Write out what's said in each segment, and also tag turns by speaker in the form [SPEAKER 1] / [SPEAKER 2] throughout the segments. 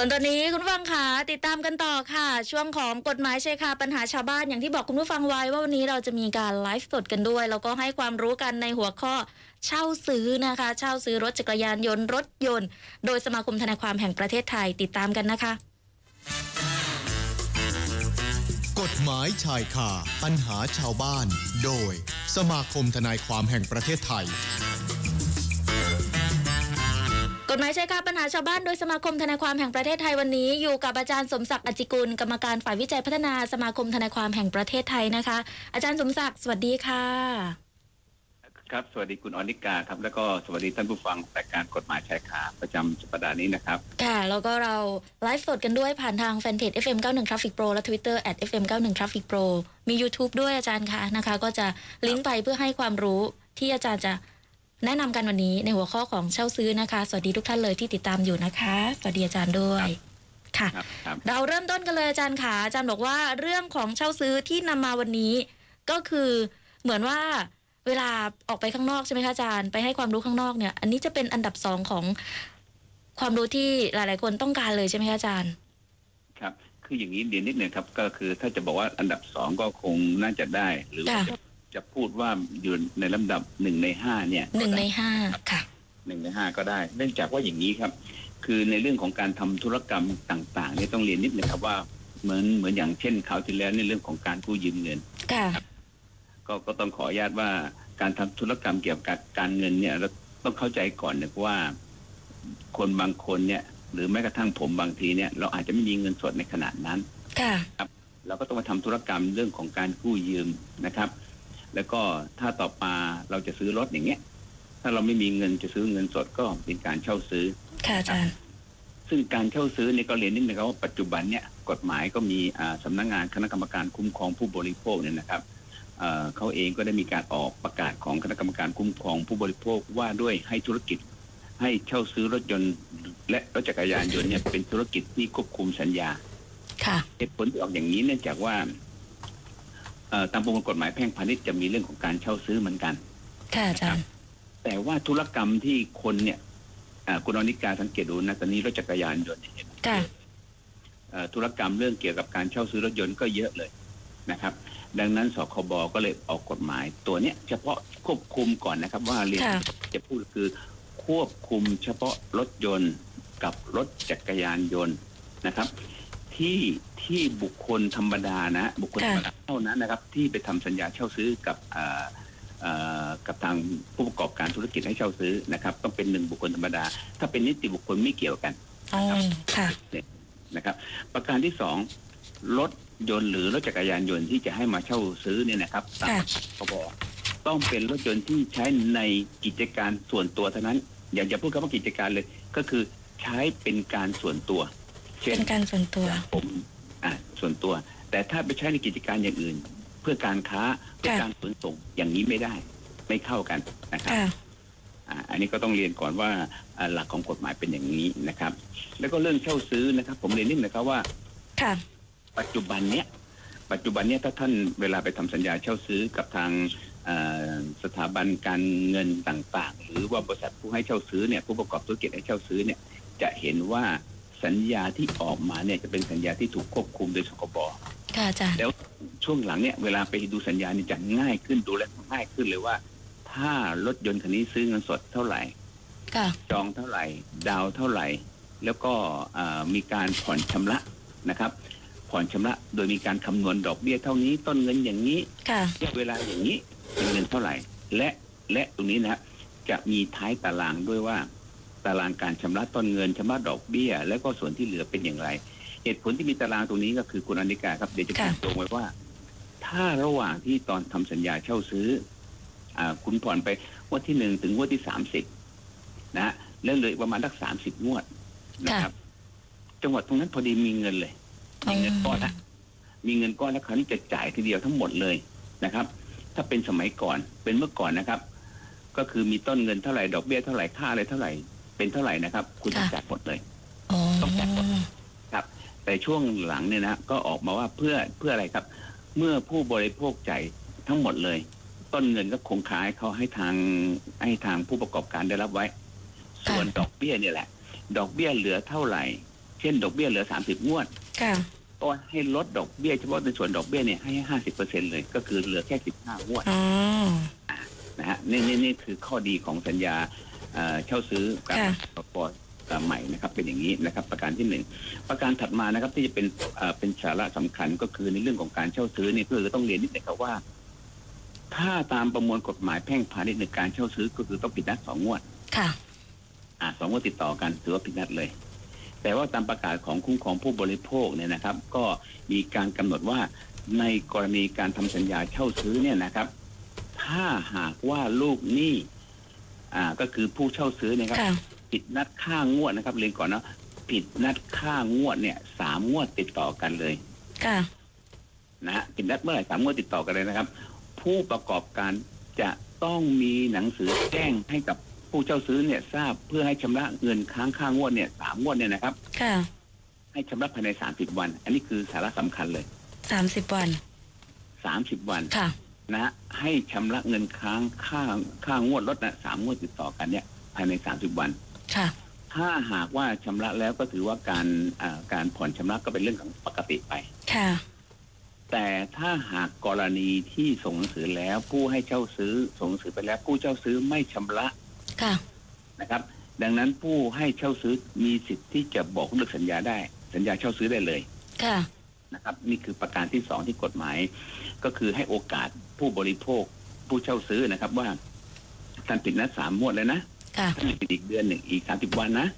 [SPEAKER 1] วนตอนนี้คุณผู้ฟังคะติดตามกันต่อค่ะ ช่วงของกฎหมายชายคาปัญหาชาวบ้านอย่างที่บอกคุณผู้ฟังไว้ว่าวันนี้เราจะมีการไลฟ์สดกันด้วย แล้วก็ให้ความรู้กันในหัวข้อเช่าซื้อนะคะ เช่าซื้อรถจักรยานยนต์รถยนต์ โดยสมาคมทนายความแห่งประเทศไทยติดตามกันนะคะ
[SPEAKER 2] กฎหมายชายคาปัญหาชาวบ้าน โดย สมาคมทนายความแห่งประเทศไทย
[SPEAKER 1] กฎหมายชายคาปัญหาชาวบ้านโดยสมาคมทนายความแห่งประเทศไทยวันนี้ อยู่กับอาจารย์สมศักดิ์อจจิกุลกรรมการฝ่ายวิจัยพัฒนาสมาคมทนายความแห่งประเทศไทยนะคะ อาจารย์สมศักดิ์สวัสดีค่ะ
[SPEAKER 3] ครับ สวัสดีคุณอนิกาครับ แล้วก็สวัสดีท่านผู้ฟังรายการกฎหมายชายคาประจำสัปดาห์นี้นะครับ
[SPEAKER 1] ค่ะ แล้วก็เราไลฟ์สดกันด้วยผ่านทางแฟนเพจ FM 91 Traffic Pro และ Twitter at FM 91 Traffic Pro มี YouTube ด้วยอาจารย์ค่ะนะคะ ก็จะลิงก์ไปเพื่อให้ความรู้ที่อาจารย์จะแนะนำกันวันนี้ในหัวข้อของเช่าซื้อนะคะ สวัสดีทุกท่านเลยที่ติดตามอยู่นะคะ สวัสดีอาจารย์ด้วยค่ะ
[SPEAKER 3] ครับครับ
[SPEAKER 1] เราเริ่มต้นกันเลยอาจารย์ค่ะอาจารย์บอกว่าเรื่องของเช่าซื้อที่นำมาวันนี้ ก็คือเหมือนว่าเวลาออกไปข้างนอกใช่ไหมคะอาจารย์ไปให้ความรู้ข้างนอกเนี่ย อันนี้จะเป็นอันดับสองของความรู้ที่หลาย ๆ คนต้องการเลยใช่ไหมคะอาจารย์
[SPEAKER 3] ครับ คืออย่างนี้เดียวนิดหนึ่งครับ ก็คือถ้าจะบอกว่าอันดับสองก็คงน่าจะได้ หรือว่า
[SPEAKER 1] ค่ะ
[SPEAKER 3] จะจะพูดว่าอยู่ในลำดับหนึ่งในห้าเนี่ย
[SPEAKER 1] หนึ่ง
[SPEAKER 3] ก็
[SPEAKER 1] ใน
[SPEAKER 3] ได้
[SPEAKER 1] ห้าค่ะ
[SPEAKER 3] หนึ่งในห้าก็ได้ เนื่องจากว่าอย่างนี้ครับ คือในเรื่องของการทำธุรกรรมต่างๆเนี่ยต้องเรียนนิดหนึ่งครับว่าเหมือนเหมือนอย่างเช่นคราวที่แล้วในเรื่องของการกู้ยืมเงิน
[SPEAKER 1] ค่ะ
[SPEAKER 3] ก็ก็ต้องขออนุญาตว่าการทำธุรกรรมเกี่ยวกับการเงินเนี่ยเราต้องเข้าใจก่อนนะว่า คนบางคนเนี่ย หรือแม้กระทั่งผมบางทีเนี่ย เราอาจจะไม่มีเงินสดในขนาดนั้น
[SPEAKER 1] ค่ะ
[SPEAKER 3] เราก็ต้องมาทำธุรกรรมเรื่องของการกู้ยืมนะครับ แล้วก็ถ้าต่อมาเราจะซื้อรถอย่างเงี้ย ถ้าเราไม่มีเงินจะซื้อเงินสดก็เป็นการเช่าซื้อ
[SPEAKER 1] ค่ะอาจารย์
[SPEAKER 3] ซึ่งการเช่าซื้อเนี่ยก็เรียนนิดนึงครับว่าปัจจุบันเนี่ยกฎหมายก็มีอ่าสำนักงานคณะกรรมการคุ้มครองผู้บริโภคเนี่ยนะครับเอ่อเขาเองก็ได้มีการออกประกาศของคณะกรรมการคุ้มครองผู้บริโภคว่าด้วยให้ธุรกิจ ให้เช่าซื้อรถยนต์ และรถจักรยานยนต์เนี่ยเป็นธุรกิจที่ควบคุมสัญญา
[SPEAKER 1] ค่ะ
[SPEAKER 3] เหตุผลที่ออกอย่างนี้เนื่องจากว่าเอ่อตามประมวลกฎหมายแพ่งพาณิชย์จะมีเรื่องของการเช่าซื้อเหมือนกัน
[SPEAKER 1] ค่ะอาจารย์
[SPEAKER 3] แต่ว่าธุรกรรมที่คนเนี่ยอ่าคุณอนิกาสังเกตดูนะตอนนี้รถจักรยานยนต์เนี่ยเห็นไหม
[SPEAKER 1] ค่ะ
[SPEAKER 3] เอ่อธุรกรรมเรื่องเกี่ยวกับการเช่าซื้อรถยนต์ก็เยอะเลยนะครับ ดังนั้นสคบก็เลยออกกฎหมายตัวเนี้ยเฉพาะควบคุมก่อนนะครับ ว่าเรียน
[SPEAKER 1] ค่ะ
[SPEAKER 3] จะพูดคือควบคุมเฉพาะรถยนต์กับรถจักรยานยนต์นะครับ ที่ที่บุคคลธรรมดานะ บุคคลธรรมดาเท่านั้นนะครับ ที่ไปทำสัญญาเช่าซื้อกับอ่าเอ่อกับทางผู้ประกอบการธุรกิจให้เช่าซื้อนะครับต้องเป็นหนึ่งบุคคลธรรมดา ถ้าเป็นนิติบุคคลไม่เกี่ยวกัน
[SPEAKER 1] อ๋อค่ะ
[SPEAKER 3] นะครับประการที่สองรถยนต์หรือรถจักรยานยนต์ที่จะให้มาเช่าซื้อเนี่ยนะครับตาม
[SPEAKER 1] ค่ะ
[SPEAKER 3] พรบต้องเป็นรถยนต์ที่ใช้ในกิจการส่วนตัวเท่านั้น อย่าอย่าพูดคำว่ากิจการเลยก็คือใช้เป็นการส่วนตัว เช่น
[SPEAKER 1] เป็นการส่วนตัว
[SPEAKER 3] ผมอ่ะส่วนตัว แต่ถ้าไปใช้ในกิจการอย่างอื่น เพื่อการค้าเพื่อ
[SPEAKER 1] ค่ะ
[SPEAKER 3] การขนส่งอย่างนี้ไม่ได้ไม่เข้ากันนะครับ
[SPEAKER 1] ค่ะ
[SPEAKER 3] อ่าอันนี้ก็ต้องเรียนก่อนว่าอ่าหลักของกฎหมายเป็นอย่างนี้นะครับ แล้วก็เรื่องเช่าซื้อนะครับ ผมเรียนนิดหนะครับว่า
[SPEAKER 1] ค่ะ
[SPEAKER 3] ปัจจุบันเนี้ยปัจจุบันเนี้ยถ้าท่านเวลาไปทำสัญญาเช่าซื้อกับทางเอ่อสถาบันการเงินต่างๆ หรือว่าบริษัทผู้ให้เช่าซื้อเนี่ยผู้ประกอบธุรกิจให้เช่าซื้อเนี่ยจะเห็นว่าสัญญาที่ออกมาเนี่ยจะเป็นสัญญาที่ถูกควบคุมโดยสคบ
[SPEAKER 1] ค่ะอาจารย์
[SPEAKER 3] แล้วช่วงหลังเนี่ยเวลาไปดูสัญญาเนี่ยจะง่ายขึ้นดูแลวง่ายขึ้นเลยว่า ถ้ารถยนต์คันนี้ซื้อเงินสดเท่าไหร่
[SPEAKER 1] ค่ะ
[SPEAKER 3] จองเท่าไหร่ ดาวเท่าไหร่ แล้วก็เอ่อมีการผ่อนชำระนะครับ ผ่อนชำระโดยมีการคำนวณดอกเบี้ยเท่านี้ ต้นเงินอย่างนี้
[SPEAKER 1] ค่ะ
[SPEAKER 3] ระยะเวลาอย่างนี้เป็นเงินเท่าไหร่ และและตรงนี้นะครับจะมีท้ายตารางด้วยว่า ตารางการชำระต้นเงินชำระดอกเบี้ย แล้วก็ส่วนที่เหลือเป็นอย่างไร เหตุผลที่มีตารางตรงนี้ก็คือคุณอนิกาครับเดี๋ยวจะพูด
[SPEAKER 1] ค่ะ
[SPEAKER 3] ตรงไว้ว่า ถ้าระหว่างที่ตอนทำสัญญาเช่าซื้ออาคุณผ่อนไปงวดที่หนึ่งถึงงวดที่สามสิบนะฮะแล้วเหลยประมาณสักสามสิบงวดนะครับ จังหวัดตรงนั้นพอดีมีเงินเลย มีเงินก้อนนะมีเงินก้อนแล้วคราวนี้จะจ่ายทีเดียวทั้งหมดเลยนะครับ ถ้าเป็นสมัยก่อนเป็นเมื่อก่อนนะครับ ก็คือมีต้นเงินเท่าไหร่ดอกเบี้ยเท่าไหร่ค่าอะไรเท่าไหร่เป็นเท่าไหร่นะครับ คุณต้อง
[SPEAKER 1] ค่ะ
[SPEAKER 3] จ่ายหมดเลย
[SPEAKER 1] อ๋อ
[SPEAKER 3] แต่ช่วงหลังเนี่ยนะก็ออกมาว่าเพื่อเพื่ออะไรครับ เมื่อผู้บริโภคจ่ายทั้งหมดเลย ต้นเงินก็คงค้ายเขาให้ทางให้ทางผู้ประกอบการได้รับไว้ ส่วนดอกเบี้ยเนี่ยแหละ ดอกเบี้ยเหลือเท่าไหร่ เช่นดอกเบี้ยเหลือสามสิบงวด
[SPEAKER 1] ค่ะ
[SPEAKER 3] ก็ให้ลดดอกเบี้ยเฉพาะในส่วนดอกเบี้ยเนี่ยให้ห้าสิบเปอร์เซ็นเลยก็คือเหลือแค่สิบห้างวด
[SPEAKER 1] อ๋อ
[SPEAKER 3] นะฮะนี่นี่นี่คือข้อดีของสัญญาเอ่อเช่าซื้อกับ
[SPEAKER 1] ค่ะ
[SPEAKER 3] ประกอบใหม่นะครับเป็นอย่างนี้นะครับ ประการที่หนึ่งประการถัดมานะครับที่จะเป็นเอ่อเป็นสาระสำคัญก็คือในเรื่องของการเช่าซื้อเนี่ยเพื่อต้องเรียนนิดหนึงครับว่า ถ้าตามประมวลกฎหมายแพ่งพาณิชย์ในการเช่าซื้อก็คือต้องปิดนัดสองงวด
[SPEAKER 1] ค่ะ
[SPEAKER 3] อ่ะสองงวดติดต่อกันถือว่าผิดนัดเลย แต่ว่าตามประกาศของคุ้มครองผู้บริโภคเนี่ยนะครับ ก็มีการกำหนดว่าในกรณีการทำสัญญาเช่าซื้อเนี่ยนะครับ ถ้าหากว่าลูกหนี้อ่าก็คือผู้เช่าซื้อเนะครับ
[SPEAKER 1] ค่ะ
[SPEAKER 3] ผิดนัดค่างวดนะครับเรียนก่อนนะผิดนัดค่างวดเนี่ยสามงวดติดต่อกันเลย
[SPEAKER 1] ค่ะ
[SPEAKER 3] นะฮะผิดนัดเมื่อไหร่สามงวดติดต่อกันเลยนะครับ ผู้ประกอบการจะต้องมีหนังสือแจ้งให้กับผู้เจ้าซื้อเนี่ยทราบเพื่อให้ชำระเงินค้างค่างวดเนี่ยสามงวดเนี่ยนะครับ
[SPEAKER 1] ค่ะ
[SPEAKER 3] ให้ชำระภายในสามสิบวัน อันนี้คือสาระสำคัญเลย
[SPEAKER 1] สามสิบวัน
[SPEAKER 3] สามสิบวัน
[SPEAKER 1] ค่ะ
[SPEAKER 3] นะฮะให้ชำระเงินค้างค่าค่างวดลดนะสามงวดติดต่อกันเนี่ยภายในสามสิบวัน
[SPEAKER 1] ค่ะ
[SPEAKER 3] ถ้าหากว่าชำระแล้วก็ถือว่าการอ่าการผ่อนชำระก็เป็นเรื่องของปกติไป
[SPEAKER 1] ค่ะ
[SPEAKER 3] แต่ถ้าหากกรณีที่ส่งหนังสือแล้วผู้ให้เช่าซื้อส่งหนังสือไปแล้วผู้เช่าซื้อไม่ชำระ
[SPEAKER 1] ค่ะ
[SPEAKER 3] นะครับ ดังนั้นผู้ให้เช่าซื้อมีสิทธิ์ที่จะบอกเลิกสัญญาได้ สัญญาเช่าซื้อได้เลย
[SPEAKER 1] ค่ะ
[SPEAKER 3] นะครับ นี่คือประการที่สองที่กฎหมาย ก็คือให้โอกาสผู้บริโภคผู้เช่าซื้อนะครับว่าท่านติดนัดสามงวดแล้วนะ
[SPEAKER 1] ค่ะ
[SPEAKER 3] ท่านติดอีกเดือนหนึ่งอีกสามสิบวันนะ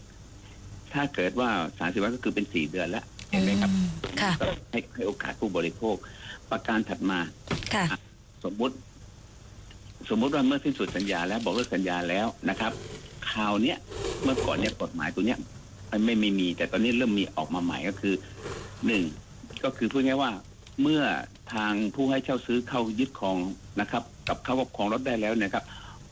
[SPEAKER 3] ถ้าเกิดว่าสามสิบวันก็คือเป็นสี่เดือนแล้วเห็นไหมครับ
[SPEAKER 1] อืมค่ะ
[SPEAKER 3] ก็ให้ให้โอกาสผู้บริโภค ประการถัดมา
[SPEAKER 1] ค่ะ
[SPEAKER 3] สมมติ สมมติว่าเมื่อสิ้นสุดสัญญาแล้วบอกเลิกสัญญาแล้วนะครับคราวเนี้ยเมื่อก่อนเนี้ยกฎหมายตัวเนี้ยมันไม่ไม่มี แต่ตอนนี้เริ่มมีออกมาใหม่ก็คือหนึ่งก็คือพูดง่ายๆว่า เมื่อทางผู้ให้เช่าซื้อเข้ายึดครองนะครับ กับเข้าครอบครองรถได้แล้วเนะครับ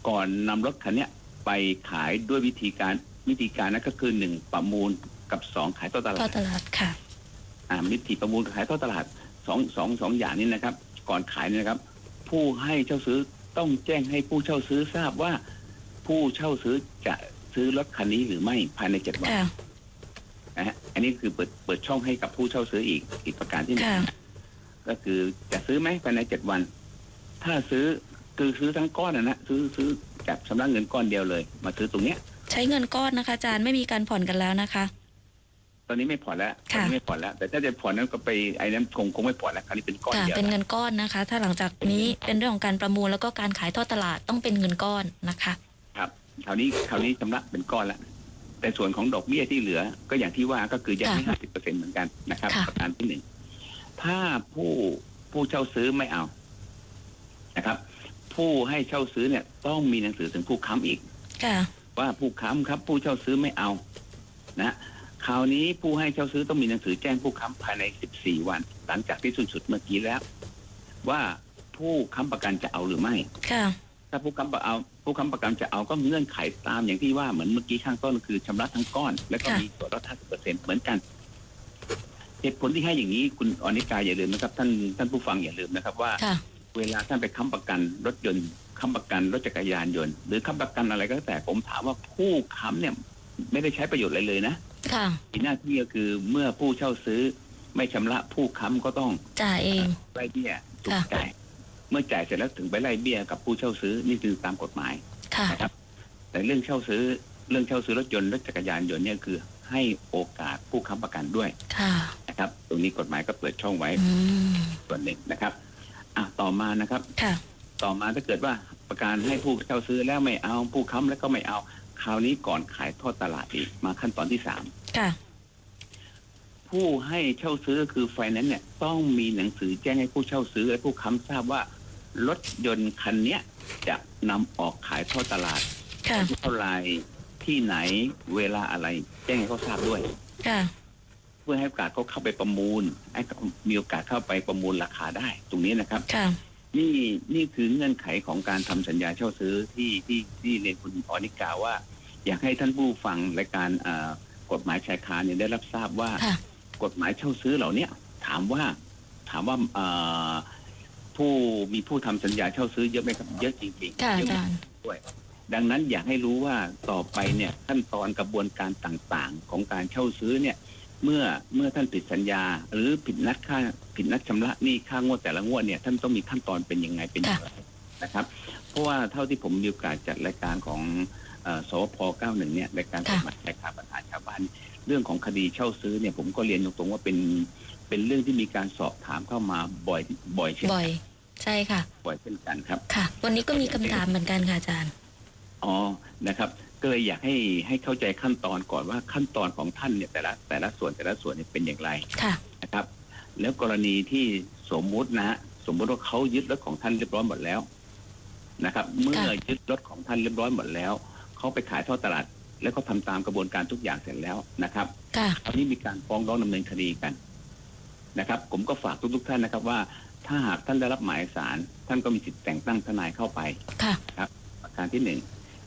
[SPEAKER 3] ก่อนนำรถคันเนี้ยไปขายด้วยวิธีการวิธีการนั้นก็คือหนึ่งประมูลกับสองขายต่อตลา
[SPEAKER 1] ก็
[SPEAKER 3] ด
[SPEAKER 1] ตลาดค่ะ
[SPEAKER 3] อ่ามิติประมูลขายท่อตลาดสองสองสองอย่างนี้นะครับ ก่อนขายเนี่ยนะครับ ผู้ให้เช่าซื้อต้องแจ้งให้ผู้เช่าซื้อทราบว่า ผู้เช่าซื้อจะซื้อรถคันนี้หรือไม่ภายในเจ็ดวัน
[SPEAKER 1] ค่ะ
[SPEAKER 3] นะฮะอันนี้คือเปิดเปิดช่องให้กับผู้เช่าซื้ออีกอีกประการที่หนึ่ง
[SPEAKER 1] ค่ะ
[SPEAKER 3] ก็คือจะซื้อไหมภายในเจ็ดวัน ถ้าซื้อคือซื้อทั้งก้อนนะนะซื้อซื้อจับชำระเงินก้อนเดียวเลย มาซื้อตรงเนี้ย
[SPEAKER 1] ใช้เงินก้อนนะคะอาจารย์ไม่มีการผ่อนกันแล้วนะคะ
[SPEAKER 3] ตอนนี้ไม่ผ่อนแล้วตอน
[SPEAKER 1] ค่ะ
[SPEAKER 3] นี้ไม่ผ่อนแล้ว แต่ถ้าจะผ่อนนั้นก็ไปไอ้นั้นคงคงไม่ผ่อนแล้วคราวนี้เป็นก้อน
[SPEAKER 1] ค่ะ
[SPEAKER 3] เดียว
[SPEAKER 1] เป็นเงินก้อนนะคะ ถ้าหลังจากนี้เป็นเรื่องของการประมูลแล้วก็การขายทอดตลาดต้องเป็นเงินก้อนนะคะ
[SPEAKER 3] ครับคราวนี้คราวนี้ชำระเป็นก้อนละ แต่ส่วนของดอกเบี้ยที่เหลือ ก็อย่างที่ว่าก็คือยังไม่ห้าสิบเปอร์เซ็นเหมือนกันนะครับ
[SPEAKER 1] ค่ะ
[SPEAKER 3] ประการที่หนึ่งถ้าผู้ผู้เช่าซื้อไม่เอานะครับ ผู้ให้เช่าซื้อเนี่ยต้องมีหนังสือถึงผู้ค้ำอีก
[SPEAKER 1] ค่ะ
[SPEAKER 3] ว่าผู้ค้ำครับ ผู้เช่าซื้อไม่เอา นะคราวนี้ผู้ให้เช่าซื้อต้องมีหนังสือแจ้งผู้ค้ำภายในสิบสี่วัน หลังจากที่สิ้นสุดเมื่อกี้แล้ว ว่าผู้ค้ำประกันจะเอาหรือไม่
[SPEAKER 1] ค่ะ
[SPEAKER 3] ถ้าผู้ค้ำประเอาผู้ค้ำประกันจะเอาก็เงื่อนไขตามอย่างที่ว่าเหมือนเมื่อกี้ข้างต้นคือชำระทั้งก้อน แล้วก็
[SPEAKER 1] ค่ะ
[SPEAKER 3] มีส่วนลด 50เปอร์เซ็นเหมือนกัน เหตุผลที่ให้อย่างนี้คุณอนิกาอย่าลืมนะครับ ท่านท่านผู้ฟังอย่าลืมนะครับ ว่า
[SPEAKER 1] ค่ะ
[SPEAKER 3] เวลาท่านไปค้ำประกันรถยนต์ค้ำประกันรถจักรยานยนต์หรือค้ำประกันอะไรก็แล้วแต่ผมถามว่าผู้ค้ำเนี่ยไม่ได้ใช้ประโยชน์อะไรเลยนะ
[SPEAKER 1] ค่ะ
[SPEAKER 3] มีหน้าที่ก็คือเมื่อผู้เช่าซื้อ ไม่ชำระผู้ค้ำก็ต้อง
[SPEAKER 1] จ่ายเอง
[SPEAKER 3] ไล่เบี้ยถูก
[SPEAKER 1] ค่ะ
[SPEAKER 3] จ่ายเมื่อจ่ายเสร็จแล้วถึงไปไล่เบี้ยกับผู้เช่าซื้อนี่คือตามกฎหมาย
[SPEAKER 1] ค่ะ
[SPEAKER 3] นะครับแต่เรื่องเช่าซื้อเรื่องเช่าซื้อรถยนต์รถจักรยานยนต์เนี่ยคือให้โอกาสผู้ค้ำประกันด้วย
[SPEAKER 1] ค่ะ
[SPEAKER 3] นะครับ ตรงนี้กฎหมายก็เปิดช่องไว้
[SPEAKER 1] อืม
[SPEAKER 3] ส่วนหนึ่งนะครับอ่ะต่อมานะครับ
[SPEAKER 1] ค่ะ
[SPEAKER 3] ต่อมาถ้าเกิดว่าประกันให้ผู้เช่าซื้อแล้วไม่เอาผู้ค้ำแล้วก็ไม่เอา คราวนี้ก่อนขายทอดตลาดอีกมาขั้นตอนที่สาม
[SPEAKER 1] ค่ะ
[SPEAKER 3] ผู้ให้เช่าซื้อคือไฟแนนซ์เนี่ยต้องมีหนังสือแจ้งให้ผู้เช่าซื้อและผู้ค้ำทราบว่ารถยนต์คันเนี้ยจะนำออกขายทอดตลาด
[SPEAKER 1] ค่ะ
[SPEAKER 3] เท่าไหรที่ไหนเวลาอะไร แจ้งให้เขาทราบด้วย
[SPEAKER 1] ค่ะ
[SPEAKER 3] เพื่อให้โอกาสเขาเข้าไปประมูลให้เขามีโอกาสเข้าไปประมูลราคาได้ ตรงนี้นะครับ
[SPEAKER 1] ค่ะ
[SPEAKER 3] นี่นี่คือเงื่อนไขของการทำสัญญาเช่าซื้อที่ที่ที่เรียนคุณออนิกาว่า อยากให้ท่านผู้ฟังรายการเอ่อกฎหมายชายคาเนี่ยได้รับทราบว่า
[SPEAKER 1] ค่ะ
[SPEAKER 3] กฎหมายเช่าซื้อเหล่าเนี้ยถามว่าถามว่าเอ่อผู้มีผู้ทำสัญญาเช่าซื้อเยอะไหมครับเยอะจริงๆ
[SPEAKER 1] ค่ะอา
[SPEAKER 3] เยอะ
[SPEAKER 1] จา
[SPEAKER 3] มาก
[SPEAKER 1] รย์
[SPEAKER 3] ดังนั้นอยากให้รู้ว่าต่อไปเนี่ยขั้นตอนกระบวนการต่างๆ ของการเช่าซื้อเนี่ย เมื่อเมื่อท่านผิดสัญญา หรือผิดนัดค่าผิดนัดชำระหนี้ค่างวดแต่ละงวดเนี่ยท่านต้องมีขั้นตอนเป็นยังไงเป็นอย่างไรนะครับ เพราะว่าเท่าที่ผมมีโอกาสจัดรายการของเอ่อสวพ91เนี่ยรายการกฎ
[SPEAKER 1] ค่ะ
[SPEAKER 3] หมายรายการปัญหาชาวบ้านเรื่องของคดีเช่าซื้อเนี่ยผมก็เรียนตรงๆว่าเป็นเป็นเรื่องที่มีการสอบถามเข้ามาบ่อยบ่อยเช่น
[SPEAKER 1] บ่อย ใช่ค่ะ
[SPEAKER 3] บ่อยเช่นกันครับ
[SPEAKER 1] ค่ะ วันนี้ก็มีคำถามเหมือนกันค่ะอาจารย์
[SPEAKER 3] อ๋อ นะครับ ก็เลยอยากให้ให้เข้าใจขั้นตอนก่อนว่าขั้นตอนของท่านเนี่ยแต่ละแต่ละส่วนแต่ละส่วนเนี่ยเป็นอย่างไร
[SPEAKER 1] ค่ะ
[SPEAKER 3] นะครับ แล้วกรณีที่สมมุตินะฮะสมมุติว่าเขายึดรถของท่านเรียบร้อยหมดแล้วนะครับ เมื่อ
[SPEAKER 1] ค่ะ
[SPEAKER 3] ยึดรถของท่านเรียบร้อยหมดแล้วเขาไปขายท่อตลาด แล้วก็ทำตามกระบวนการทุกอย่างเสร็จแล้วนะครับ
[SPEAKER 1] ค่ะ
[SPEAKER 3] คราวนี้มีการฟ้องร้องดำเนินคดีกันนะครับ ผมก็ฝากทุกๆท่านนะครับว่าถ้าหากท่านได้รับหมายสารท่านก็มีสิทธิ์แต่งตั้งทนายเข้าไป
[SPEAKER 1] ค่ะ
[SPEAKER 3] ประการที่หนึ่ง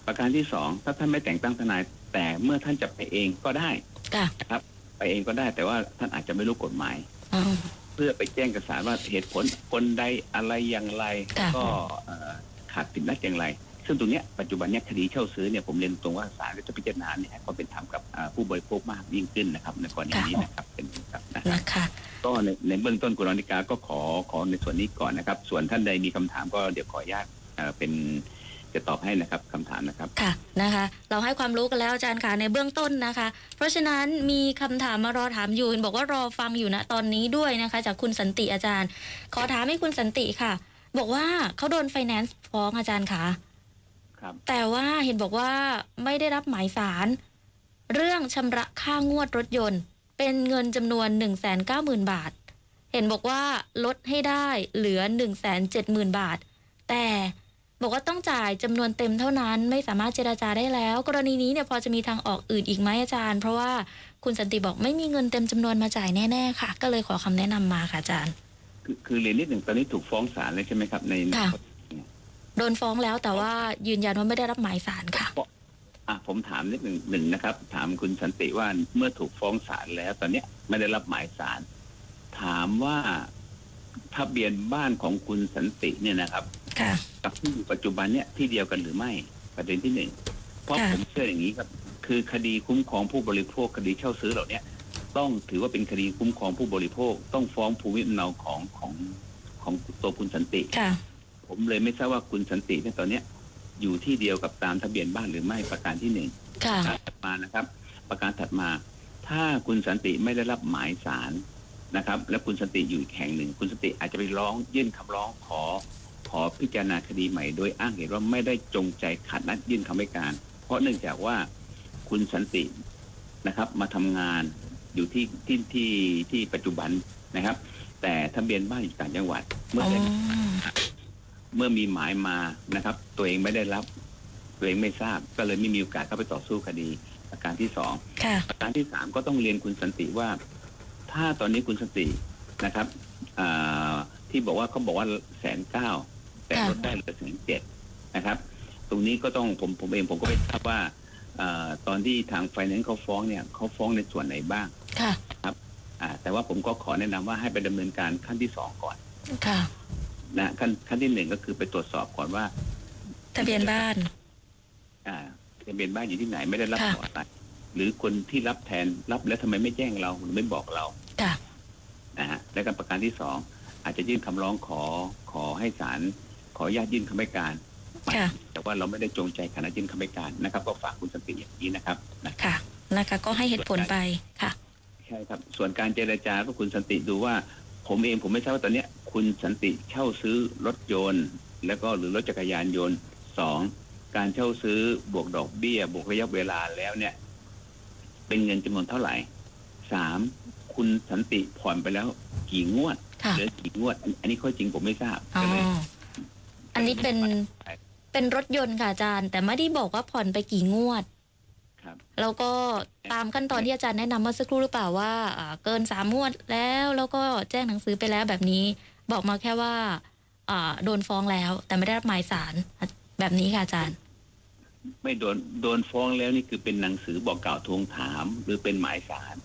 [SPEAKER 3] ประการที่สองถ้าท่านไม่แต่งตั้งทนาย แต่เมื่อท่านจะไปเองก็ได้
[SPEAKER 1] ค่ะ
[SPEAKER 3] นะครับ ไปเองก็ได้แต่ว่าท่านอาจจะไม่รู้กฎหมาย
[SPEAKER 1] อ๋อ
[SPEAKER 3] เพื่อไปแจ้งกับศาลว่าเหตุผลคนใดอะไรอย่างไร
[SPEAKER 1] ค่ะ
[SPEAKER 3] ก็เอ่อขาดผิดนัดอย่างไร ซึ่งตรงเนี้ยปัจจุบันเนี้ยคดีเช่าซื้อเนี่ยผมเรียนตรงว่าศาลก็จะพิจารณาเนี่ยให้ความเป็นธรรมกับเอ่อผู้บริโภคมากยิ่งขึ้นนะครับ ในกรณีนี้นะครับเป็นต้นครับนะครับ
[SPEAKER 1] นะคะ
[SPEAKER 3] ก็ในในเบื้องต้นคุณอนิกาก็ขอขอในส่วนนี้ก่อนนะครับ ส่วนท่านใดมีคำถามก็เดี๋ยวขออนุญาตเอ่อเป็นจะตอบให้นะครับคำถามนะครับ
[SPEAKER 1] ค่ะนะคะ เราให้ความรู้กันแล้วอาจารย์ค่ะในเบื้องต้นนะคะ เพราะฉะนั้นมีคำถามมารอถามอยู่เห็นบอกว่ารอฟังอยู่นะตอนนี้ด้วยนะคะ จากคุณสันติอาจารย์ ขอถามให้คุณสันติค่ะ บอกว่าเขาโดนไฟแนนซ์ฟ้องอาจารย์ค่ะ
[SPEAKER 3] ครับ
[SPEAKER 1] แต่ว่าเห็นบอกว่าไม่ได้รับหมายสาร เรื่องชำระค่างวดรถยนต์ เป็นเงินจำนวน 1 9 0 0 0 0 บาท เห็นบอกว่าลดให้ได้เหลือ 1 7 0 0 0 0 บาท แต่บอกว่าต้องจ่ายจำนวนเต็มเท่านั้นไม่สามารถเจราจาได้แล้ว กรณีนี้เนี่ยพอจะมีทางออกอื่นอีกไหมอาจารย์ เพราะว่าคุณสันติบอกไม่มีเงินเต็มจำนวนมาจ่ายแน่ ๆ ค่ะ ก็เลยขอคำแนะนำมาค่ะอาจารย์
[SPEAKER 3] คือคือเรียนนิดหนึ่งตอนนี้ถูกฟ้องศาลเลยใช่ไหมครับใน
[SPEAKER 1] ค่ะ โดนฟ้องแล้วแต่ว่ายืนยันว่าไม่ได้รับหมายสารค่ะ
[SPEAKER 3] อ่ะผมถามนิดหนึ่งหนึ่งนะครับ ถามคุณสันติว่าเมื่อถูกฟ้องศาลแล้ว ตอนเนี้ยไม่ได้รับหมายศาลถามว่าทะเบียนบ้านของคุณสันติเนี่ยนะครับ
[SPEAKER 1] ค่ะ
[SPEAKER 3] กับที่อยู่ปัจจุบันเนี่ยที่เดียวกันหรือไม่ประเด็นที่หนึ่งเพราะ
[SPEAKER 1] ค่ะ
[SPEAKER 3] ผมเชื่ออย่างนี้ครับ คือคดีคุ้มครองผู้บริโภคคดีเช่าซื้อเหล่าเนี้ยต้องถือว่าเป็นคดีคุ้มครองผู้บริโภค ต้องฟ้องภูมิลำเนาของของของตัวคุณสันติ
[SPEAKER 1] ค่ะ
[SPEAKER 3] ผมเลยไม่ทราบว่าคุณสันติเนี่ยตอนเนี้ยอยู่ที่เดียวกับตามทะเบียนบ้านหรือไม่ประการที่หนึ่ง
[SPEAKER 1] ค่ะ
[SPEAKER 3] ประการถัดมานะครับ ประการถัดมา ถ้าคุณสันติไม่ได้รับหมายสารนะครับ และคุณสันติอยู่อีกแห่งหนึ่ง คุณสันติอาจจะไปร้องยื่นคำร้องขอ ขอพิจารณาคดีใหม่โดยอ้างเหตุว่าไม่ได้จงใจขัดนัดยื่นคำให้การ เพราะเนื่องจากว่าคุณสันตินะครับ มาทำงานอยู่ที่ที่ที่ที่ปัจจุบันนะครับ แต่ทะเบียนบ้านอยู่ต่างจังหวัดเมื่อ
[SPEAKER 1] อ๋อ
[SPEAKER 3] ได้ เมื่อมีหมายมานะครับ ตัวเองไม่ได้รับ ตัวเองไม่ทราบ ก็เลยไม่มีโอกาสเข้าไปต่อสู้คดีประการที่สอง
[SPEAKER 1] ค่ะ
[SPEAKER 3] ประการที่สามก็ต้องเรียนคุณสันติว่า ถ้าตอนนี้คุณสันตินะครับอ่าที่บอกว่าเขาบอกว่าแสนเก้าแต่ลดได้เหลือแสนเจ็ดนะครับ ตรงนี้ก็ต้องผมผมเองผมก็ไม่ทราบว่าอาตอนที่ทางไฟแนนซ์เขาฟ้องเนี่ยเขาฟ้องในส่วนไหนบ้าง
[SPEAKER 1] ค่ะ
[SPEAKER 3] อ่าแต่ว่าผมก็ขอแนะนำว่าให้ไปดำเนินการขั้นที่สองก่อน
[SPEAKER 1] ค่ะ
[SPEAKER 3] นะขั้นขั้นที่หนึ่งก็คือไปตรวจสอบก่อนว่า
[SPEAKER 1] ทะเบียนบ้าน
[SPEAKER 3] อ่าทะเบียนบ้านอยู่ที่ไหนไม่ได้รับ
[SPEAKER 1] ค่ะ
[SPEAKER 3] ขออะไรหรือคนที่รับแทนรับแล้วทำไมไม่แจ้งเราหรือไม่บอกเรา
[SPEAKER 1] ค่ะ
[SPEAKER 3] นะฮะและการประการที่สองอาจจะยื่นคำร้องขอขอให้ศาลขออนุญาตยื่นคำให้การ
[SPEAKER 1] ค่ะ
[SPEAKER 3] แต่ว่าเราไม่ได้จงใจขณะยื่นคำให้การนะครับ ก็ฝากคุณสันติอย่างนี้นะครับนะ
[SPEAKER 1] ค่ะ นะคะ ก็ให้เหตุผลไปค่ะ
[SPEAKER 3] ใช่ครับ ส่วนการเจรจาก็คุณสันติดูว่า ผมเองผมไม่ทราบว่าตอนเนี้ย คุณสันติเช่าซื้อรถยนต์ แล้วก็หรือรถจักรยานยนต์สองการเช่าซื้อบวกดอกเบี้ย บวกระยะเวลาแล้วเนี่ย เป็นเงินจำนวนเท่าไหร่สามคุณสันติผ่อนไปแล้วกี่งวด
[SPEAKER 1] ค่ะ
[SPEAKER 3] เหลือกี่งวด อันอันนี้ข้อจริงผมไม่ทราบ
[SPEAKER 1] อ๋อ
[SPEAKER 3] ก็เลย
[SPEAKER 1] อันนี้เป็น เป็นรถยนต์ค่ะอาจารย์ แต่ไม่ได้บอกว่าผ่อนไปกี่งวด
[SPEAKER 3] ครับ
[SPEAKER 1] แล้วก็ตามขั้นตอนที่อาจารย์แนะนำเมื่อสักครู่หรือเปล่าว่าอ่าเกินสามงวดแล้ว แล้วก็แจ้งหนังสือไปแล้วแบบนี้ บอกมาแค่ว่าอ่าโดนฟ้องแล้ว แต่ไม่ได้รับหมายสารแบบนี้ค่ะอาจารย์
[SPEAKER 3] ไม่โดนโดนฟ้องแล้วนี่คือเป็นหนังสือบอกกล่าวทวงถาม หรือเป็นหมายสาร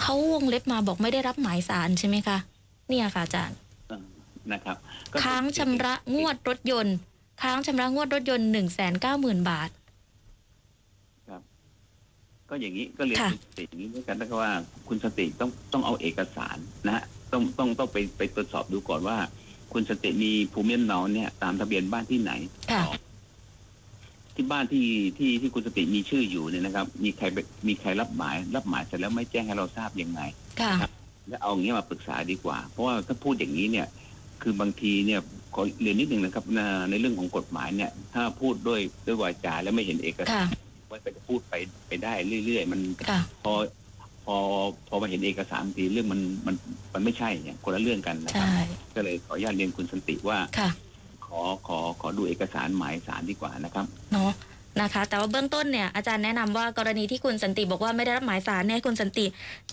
[SPEAKER 1] เขาวงเล็บมาบอกไม่ได้รับหมายสารใช่ไหมคะ เนี่ยค่ะอาจารย์
[SPEAKER 3] นะครับ
[SPEAKER 1] ค้างชำระงวดรถยนต์ ค้างชำระงวดรถยนต์หนึ่งแสนเก้าหมื่นบาท
[SPEAKER 3] ก็อย่างนี้ก็เรียน
[SPEAKER 1] ค่ะ
[SPEAKER 3] คุณสติอย่างนี้ด้วยกันนะครับว่าคุณสติต้องต้องเอาเอกสารนะฮะต้องต้องต้องไปไปตรวจสอบดูก่อนว่า คุณสติมีภูมิลำเนาเนี่ยตามทะเบียนบ้านที่ไหน
[SPEAKER 1] ค่ะ
[SPEAKER 3] ที่บ้านที่ที่ที่คุณสติมีชื่ออยู่เนี่ยนะครับ มีใครไปมีใครรับหมาย รับหมายเสร็จแล้วไม่แจ้งให้เราทราบยังไง
[SPEAKER 1] ค่ะ
[SPEAKER 3] แล้วเอาอย่างนี้ยมาปรึกษาดีกว่า เพราะว่าถ้าพูดอย่างนี้เนี่ย คือบางทีเนี่ยขอเรียนนิดหนึ่งนะครับในในเรื่องของกฎหมายเนี่ย ถ้าพูดด้วยด้วยวาจาแล้วไม่เห็นเอกสาร
[SPEAKER 1] ค่ะ
[SPEAKER 3] มันก็จะพูดไปไปได้เรื่อย ๆ มัน
[SPEAKER 1] ค่ะ
[SPEAKER 3] พอพอพอมาเห็นเอกสารทีเรื่องมันมันมันไม่ใช่เนี่ยคนละเรื่องกันนะค
[SPEAKER 1] ใช่
[SPEAKER 3] รับก็เลยขออนุญาตเรียนคุณสันติว่า
[SPEAKER 1] ค่ะ
[SPEAKER 3] ขอขอขอดูเอกสารหมายสารดีกว่านะครับ
[SPEAKER 1] เนาะนะคะ แต่ว่าเบื้องต้นเนี่ยอาจารย์แนะนำว่ากรณีที่คุณสันติบอกว่าไม่ได้รับหมายสารเนี่ยให้คุณสันติ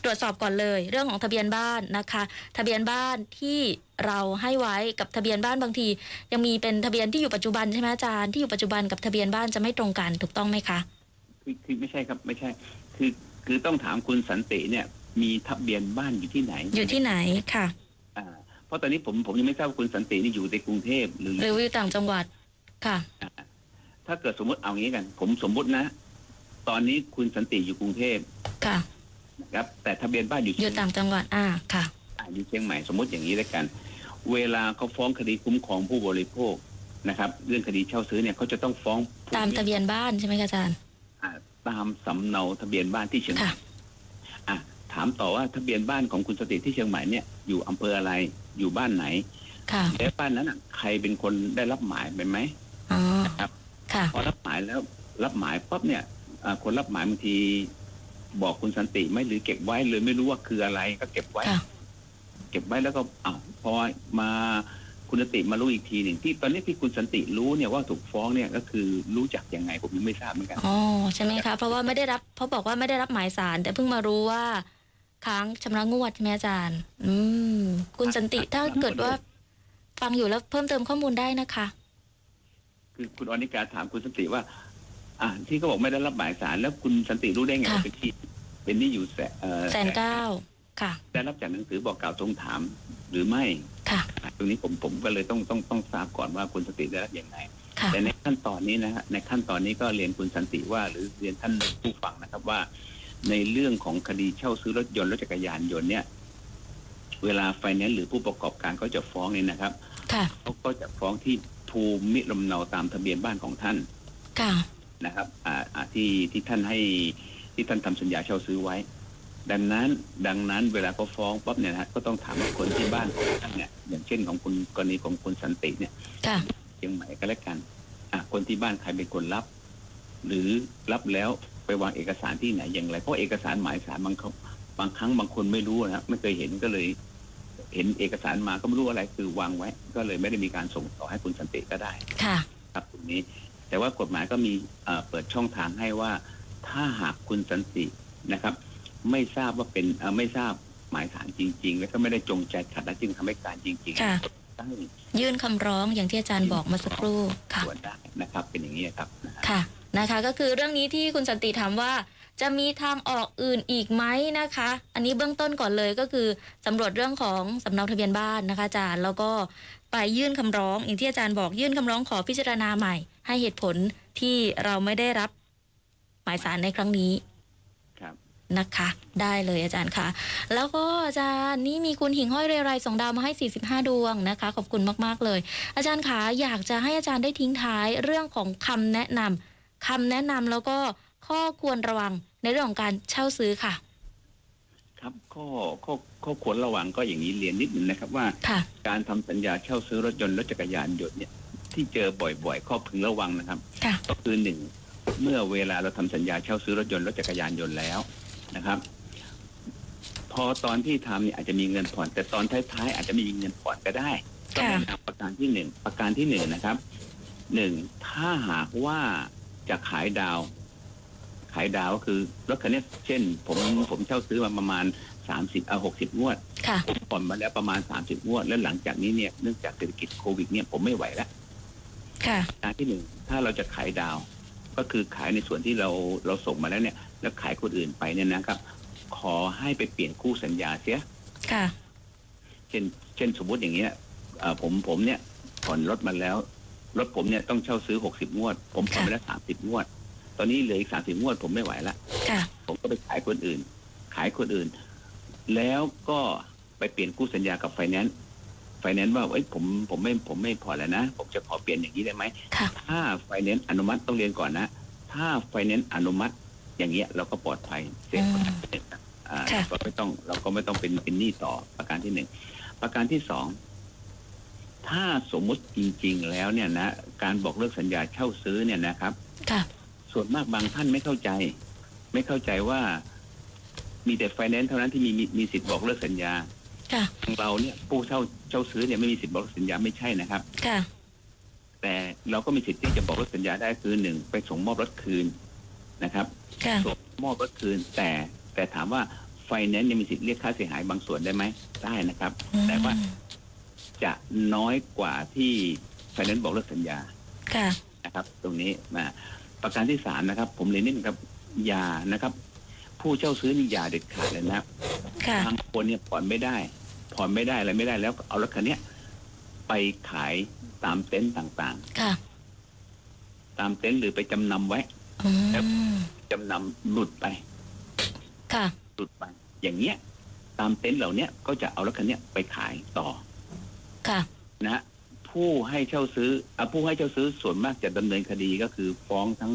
[SPEAKER 1] ตรวจสอบก่อนเลย เรื่องของทะเบียนบ้านนะคะ ทะเบียนบ้านที่เราให้ไว้กับทะเบียนบ้านบางที ยังมีเป็นทะเบียนที่อยู่ปัจจุบันใช่ไหมอาจารย์ที่อยู่ปัจจุบันกับทะเบียนบ้านจะไม่ตรงกันถูกต้องไหมคะ
[SPEAKER 3] คือคือไม่ใช่ครับไม่ใช่ คือคือต้องถามคุณสันติเนี่ยมีทะเบียนบ้านอยู่ที่ไหน
[SPEAKER 1] อยู่ที่ไหนค่ะ
[SPEAKER 3] อ่าเพราะตอนนี้ผมผมยังไม่ทราบว่าคุณสันตินี่อยู่ในกรุงเทพหรือ
[SPEAKER 1] หรือว่าอยู่ต่างจังหวัดค่ะ
[SPEAKER 3] ถ้าเกิดสมมติเอางี้กัน ผมสมมตินะ ตอนนี้คุณสันติอยู่กรุงเทพ
[SPEAKER 1] ค่ะ
[SPEAKER 3] นะครับ แต่ทะเบียนบ้านอ
[SPEAKER 1] อ
[SPEAKER 3] ยู่เชี
[SPEAKER 1] ยู่
[SPEAKER 3] ยง
[SPEAKER 1] ต่างจังหวัดอ่าค่ะ
[SPEAKER 3] อ่าอยู่เชียงใหม่สมมติอย่างนี้แล้วกัน เวลาเขาฟ้องคดีคุ้มครองผู้บริโภคนะครับ เรื่องคดีเช่าซื้อเนี่ยเขาจะต้องฟ้องผู้
[SPEAKER 1] ตามทะเบียนบ้านใช่ไหมคะอาจารย์
[SPEAKER 3] อ่าตามสำเนาทะเบียนบ้านที่เชียงใหม่
[SPEAKER 1] ค่ะ
[SPEAKER 3] อ่ะถามต่อว่าทะเบียนบ้านของคุณสนติที่เชียงใหม่เนี่ยอยู่อำเภออะไรอยู่บ้านไหน
[SPEAKER 1] ค่ะ
[SPEAKER 3] แล้วบ้านนั้นน่ะใครเป็นคนได้รับหมายไปไหม
[SPEAKER 1] อ๋อ
[SPEAKER 3] ครับ
[SPEAKER 1] ค่ะ
[SPEAKER 3] พอรับหมายแล้วรับหมายปั๊บเนี่ยอ่าคนรับหมายบางที บอกคุณสันติไหม่หรือเก็บไว้เลยไม่รู้ว่าคืออะไรก็เก็บไว้
[SPEAKER 1] ค่ะ
[SPEAKER 3] เก็บไว้แล้วก็อ้าวพอมาคุณสันติมารู้อีกทีหนึ่งที่ตอนนี้ที่คุณสันติรู้เนี่ยว่าถูกฟ้องเนี่ยก็คือรู้จักยังไงผมยังไม่ทราบเหมือนกัน
[SPEAKER 1] อ๋อใช่ไหมคะเพราะว่าไม่ได้รับเพราะบอกว่าไม่ได้รับหมายสาร แต่เพิ่งมารู้ว่าค้างชำระงวดใช่ไหมอาจารย์ อืม คุณสันติถ้าเกิดว่า ฟังอยู่แล้วเพิ่มเติมข้อมูลได้นะคะ
[SPEAKER 3] คือคุณอนิกาถามคุณสันติว่า อ่าที่เขาบอกไม่ได้รับหมายสารแล้วคุณสันติรู้ได้ไง
[SPEAKER 1] ค่ะ
[SPEAKER 3] ว่าเป็นที่เป็นหนี่อยู่แสนเอ่อ
[SPEAKER 1] แสนเก้าค่ะ
[SPEAKER 3] ได้รับจากหนังสือบอกกล่าวทวงถามหรือไม่
[SPEAKER 1] ค่ะ
[SPEAKER 3] ตรงนี้ผมผมก็เลยต้องต้องต้องทราบก่อนว่าคุณสันติได้รับยังไง
[SPEAKER 1] ค่ะ
[SPEAKER 3] แต่ในขั้นตอนนี้นะฮะในขั้นตอนนี้ก็เรียนคุณสันติว่า หรือเรียนท่านผู้ฟังนะครับว่า ในเรื่องของคดีเช่าซื้อรถยนต์รถจักรยานยนต์เนี่ย เวลาไฟแนนซ์หรือผู้ประกอบการเขาจะฟ้องเนี่ยนะครับ
[SPEAKER 1] ค่ะ
[SPEAKER 3] เขาก็จะฟ้องที่ภูมิลำเนาตามทะเบียนบ้านของท่าน
[SPEAKER 1] ค่ะ
[SPEAKER 3] นะครับอ่าอ่าที่ที่ท่านให้ที่ท่านทำสัญญาเช่าซื้อไว้ ดังนั้นดังนั้นเวลาเขาฟ้องปั๊บเนี่ยนะฮะก็ต้องถามว่าคนที่บ้านของท่านเนี่ยอย่างเช่นของคุณกรณีของคุณสันติเนี่ย
[SPEAKER 1] ค่ะ
[SPEAKER 3] เชียงใหม่ก็แล้วกันอ่ะคนที่บ้านใครเป็นคนรับ หรือรับแล้วไปวางเอกสารที่ไหนอย่างไรเพราะเอกสารหมายสารบางครั้งบางครั้งบางคนไม่รู้นะไม่เคยเห็นก็เลย เห็นเอกสารมาก็ไม่รู้อะไรคือวางไว้ ก็เลยไม่ได้มีการส่งต่อให้คุณสันติก็ได้
[SPEAKER 1] ค่ะ
[SPEAKER 3] ครับตรงนี้ แต่ว่ากฎหมายก็มีเอ่อเปิดช่องทางให้ว่า ถ้าหากคุณสันตินะครับ ไม่ทราบว่าเป็นเอ่อไม่ทราบหมายสารจริง ๆ และก็ไม่ได้จงใจขัดและจึงทำให้การจริงๆ
[SPEAKER 1] ค่ะ
[SPEAKER 3] ตั้ง
[SPEAKER 1] ยื่นคำร้องอย่างที่อาจารย์บอกเมาสักครู่ค่ะ
[SPEAKER 3] ส่วนได้นะครับ เป็นอย่างนี้ครับนะฮะ
[SPEAKER 1] ค่ะนะคะก็คือเรื่องนี้ที่คุณสันติถามว่า จะมีทางออกอื่นอีกไหมนะคะ อันนี้เบื้องต้นก่อนเลยก็คือสำรวจเรื่องของสำเนาทะเบียนบ้านนะคะอาจารย์แล้วก็ไปยื่นคำร้องอย่างที่อาจารย์บอกยื่นคำร้องขอพิจารณาใหม่ ให้เหตุผลที่เราไม่ได้รับหมายสารในครั้งนี้
[SPEAKER 3] ครับ
[SPEAKER 1] นะคะ ได้เลยอาจารย์ค่ะ แล้วก็อาจารย์นี่มีคุณหิ่งห้อยเรไรส่งดาวมาให้ 45 ดวงนะคะ ขอบคุณมากๆเลย อาจารย์คะอยากจะให้อาจารย์ได้ทิ้งท้ายเรื่องของคำแนะนำ คำแนะนำแล้วก็ข้อควรระวังในเรื่องของการเช่าซื้อค่ะ
[SPEAKER 3] ครับข้อข้อข้อควรระวังก็อย่างนี้เรียนนิดหนึ่งนะครับว่า
[SPEAKER 1] ค่ะ
[SPEAKER 3] การทำสัญญาเช่าซื้อรถยนต์รถจักรยานยนต์เนี่ยที่เจอบ่อยๆข้อพึงระวังนะครับ
[SPEAKER 1] ค่ะ
[SPEAKER 3] ก็คือหนึ่งเมื่อเวลาเราทำสัญญาเช่าซื้อรถยนต์รถจักรยานยนต์แล้วนะครับ พอตอนที่ทำเนี่ยอาจจะมีเงินผ่อน แต่ตอนท้ายๆอาจจะไมมีเงินผ่อนก็ได้ก็แนะนำประการที่หนึ่งประการที่หนึ่งนะครับหนึ่งถ้าหากว่าจะขายดาว ขายดาวก็คือรถคันเนี้ยเช่น ผมผมเช่าซื้อมาประมาณสามสิบเอาหกสิบงวด
[SPEAKER 1] ค่ะ
[SPEAKER 3] ผมผ่อนมาแล้วประมาณสามสิบงวด แล้วหลังจากนี้เนี่ยเนื่องจากเศรษฐกิจโควิดเนี่ยผมไม่ไหวแล้ว
[SPEAKER 1] ค่ะ
[SPEAKER 3] การที่หนึ่งถ้าเราจะขายดาว ก็คือขายในส่วนที่เราเราส่งมาแล้วเนี่ย แล้วขายคนอื่นไปเนี่ยนะครับ ขอให้ไปเปลี่ยนคู่สัญญาเสีย
[SPEAKER 1] ค่ะ
[SPEAKER 3] เช่น เช่นสมมติอย่างเงี้ยเอ่อผมผมเนี่ยผ่อนรถมาแล้วรถผมเนี่ยต้องเช่าซื้อหกสิบงวด ผมผ่อนไปแล้วสามสิบงวด ตอนนี้เหลืออีกสามสิบงวด ผมไม่ไหวละ
[SPEAKER 1] ค่ะ
[SPEAKER 3] ผม ผมก็ไปขายคนอื่น ขายคนอื่น แล้วก็ไปเปลี่ยนกู้สัญญากับไฟแนนซ์ไฟแนนซ์ว่าเอ้ยผมผมไม่ผมไม่ผ่อนแล้วนะ ผมจะขอเปลี่ยนอย่างนี้ได้ไหม
[SPEAKER 1] ค่ะ
[SPEAKER 3] ถ้าไฟแนนซ์อนุมัติต้องเรียนก่อนนะ ถ้าไฟแนนซ์อนุมัติอย่างเงี้ยเราก็ปลอดภัยเสร็จ
[SPEAKER 1] อืม
[SPEAKER 3] เสร็จอ่า
[SPEAKER 1] ค่ะ
[SPEAKER 3] เราก็ไม่ต้องเราก็ไม่ต้องเป็นเป็นหนี้ต่อประการที่หนึ่งประการที่สองถ้าสมมุติจริง ๆ แล้วเนี่ยนะการบอกเลิกสัญญาเช่าซื้อเนี่ยนะครับ
[SPEAKER 1] ค่ะ
[SPEAKER 3] ส่วนมากบางท่านไม่เข้าใจ ไม่เข้าใจว่า มีแต่ไฟแนนซ์เท่านั้นที่มีมีมีสิทธิ์บอกเลิกสัญญา
[SPEAKER 1] ค่ะ
[SPEAKER 3] ทางเราเนี่ยผู้เช่าเช่าซื้อเนี่ยไม่มีสิทธิ์บอกเลิกสัญญาไม่ใช่นะครับ
[SPEAKER 1] ค่ะ
[SPEAKER 3] แต่เราก็มีสิทธิ์ที่จะบอกรถสัญญาได้คือหนึ่งไปส่งมอบรถคืนนะครับ
[SPEAKER 1] ค่ะ
[SPEAKER 3] ส่งมอบรถคืน แต่แต่ถามว่าไฟแนนซ์ยังมีสิทธิ์เรียกค่าเสียหายบางส่วนได้ไหมได้นะครับ แต่ว่าจะน้อยกว่าที่ไฟแนนซ์บอกรถสัญญา
[SPEAKER 1] ค่ะ
[SPEAKER 3] นะครับ ตรงนี้นะประการที่สามนะครับ ผมเลยเน้นครับอย่านะครับ ผู้เช่าซื้อนี่อย่าเด็ดขาดเลยนะครับ
[SPEAKER 1] ค่ะ
[SPEAKER 3] บางคนเนี่ยผ่อนไม่ได้ ผ่อนไม่ได้อะไรไม่ได้แล้วเอารถคันเนี้ยไปขายตามเต็นต์ต่าง ๆ
[SPEAKER 1] ค่ะ
[SPEAKER 3] ตามเต็นท์หรือไปจำนำไว้
[SPEAKER 1] อืม
[SPEAKER 3] จำนำหลุดไป
[SPEAKER 1] ค่ะ
[SPEAKER 3] หลุดไป อย่างเงี้ย ตามเต็นท์เหล่าเนี้ยก็จะเอารถคันเนี้ยไปขายต่อ
[SPEAKER 1] ค่ะ
[SPEAKER 3] นะฮะผู้ให้เช่าซื้ออะผู้ให้เช่าซื้อส่วนมากจะดำเนินคดีก็คือฟ้องทั้ง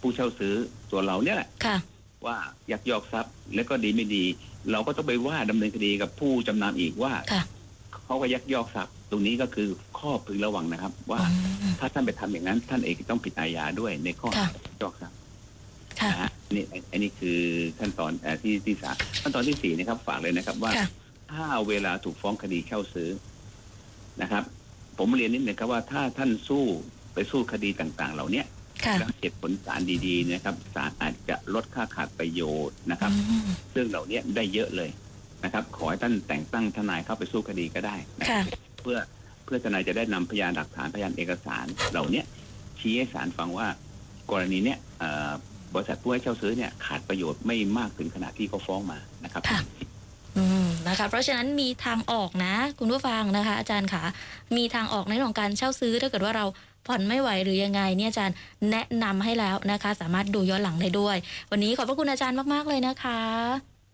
[SPEAKER 3] ผู้เช่าซื้อตัวเราเนี่ยแหละ
[SPEAKER 1] ค่ะ
[SPEAKER 3] ว่ายักยอกทรัพย์และก็ดีไม่ดี เราก็ต้องไปว่าดำเนินคดีกับผู้จำนำอีกว่า
[SPEAKER 1] ค่ะ
[SPEAKER 3] เขาก็ยักยอกทรัพย์ ตรงนี้ก็คือข้อพึงระวังนะครับ ว่า
[SPEAKER 1] อืม
[SPEAKER 3] ถ้าท่านไปทำอย่างนั้น ท่านเองต้องผิดอาญาด้วยในข้อหา
[SPEAKER 1] ค่ะ
[SPEAKER 3] ยักยอกทรัพย์
[SPEAKER 1] ค่ะ
[SPEAKER 3] นะฮะนี่อันอันนี้คือขั้นตอนเออที่ที่สามขั้นตอนที่สี่นะครับ ฝากเลยนะครับ ว่า
[SPEAKER 1] ค่ะ
[SPEAKER 3] ถ้าเวลาถูกฟ้องคดีเช่าซื้อนะครับ ผมเรียนนิดนึงครับว่าถ้าท่านสู้ไปสู้คดีต่าง ๆ เหล่าเนี้ย
[SPEAKER 1] ค่ะ
[SPEAKER 3] แล้วเหตุผลศาลดีๆนะครับศาลอาจจะลดค่าขาดประโยชน์นะครับ
[SPEAKER 1] อืม
[SPEAKER 3] ซึ่งเหล่าเนี้ยได้เยอะเลยนะครับ ขอให้ท่านแต่งตั้งทนายเข้าไปสู้คดีก็ได้นะ
[SPEAKER 1] ค่ะ
[SPEAKER 3] เพื่อเพื่อทนายจะได้นำพยานหลักฐานพยานเอกสาร เหล่าเนี้ยชี้ให้ศาลฟังว่ากรณีเนี้ยเอ่อบริษัทผู้ให้เช่าซื้อเนี่ยขาดประโยชน์ไม่มากถึงขนาดที่เขาฟ้องมานะครับ
[SPEAKER 1] ค่ะ อืมนะคะเพราะฉะนั้นมีทางออกนะ คุณผู้ฟังนะคะ อาจารย์ค่ะมีทางออกในเรื่องของการเช่าซื้อถ้าเกิดว่าเราผ่อนไม่ไหวหรือยังไงเนี่ยอาจารย์แนะนำให้แล้วนะคะ สามารถดูย้อนหลังได้ด้วย วันนี้ขอบพระคุณอาจารย์มากๆเลยนะคะ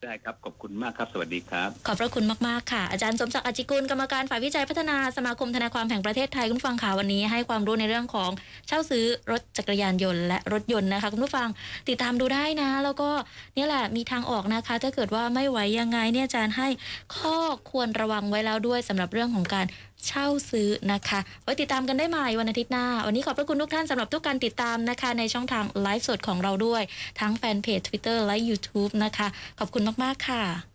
[SPEAKER 3] ได้ครับ ขอบคุณมากครับ สวัสดีครับ
[SPEAKER 1] ขอบพระคุณมากๆค่ะ อาจารย์สมศักดิ์อจจิกุลกรรมการฝ่ายวิจัยพัฒนาสมาคมธนาความแห่งประเทศไทยคุณผู้ฟังค่ะวันนี้ให้ความรู้ในเรื่องของเช่าซื้อรถจักรยานยนต์และรถยนต์นะคะ คุณผู้ฟังติดตามดูได้นะ แล้วก็เนี่ยแหละมีทางออกนะคะ ถ้าเกิดว่าไม่ไหวยังไงเนี่ยอาจารย์ให้ข้อควรระวังไว้แล้วด้วยสำหรับเรื่องของการเช่าซื้อนะคะไว้ติดตามกันได้ใหม่วันอาทิตย์หน้า วันนี้ขอบพระคุณทุกท่านสำหรับทุกการติดตามนะคะ ในช่องทางไลฟ์สดของเราด้วย ทั้งแฟนเพจ Twitter และ YouTube นะคะ ขอบคุณมากๆค่ะ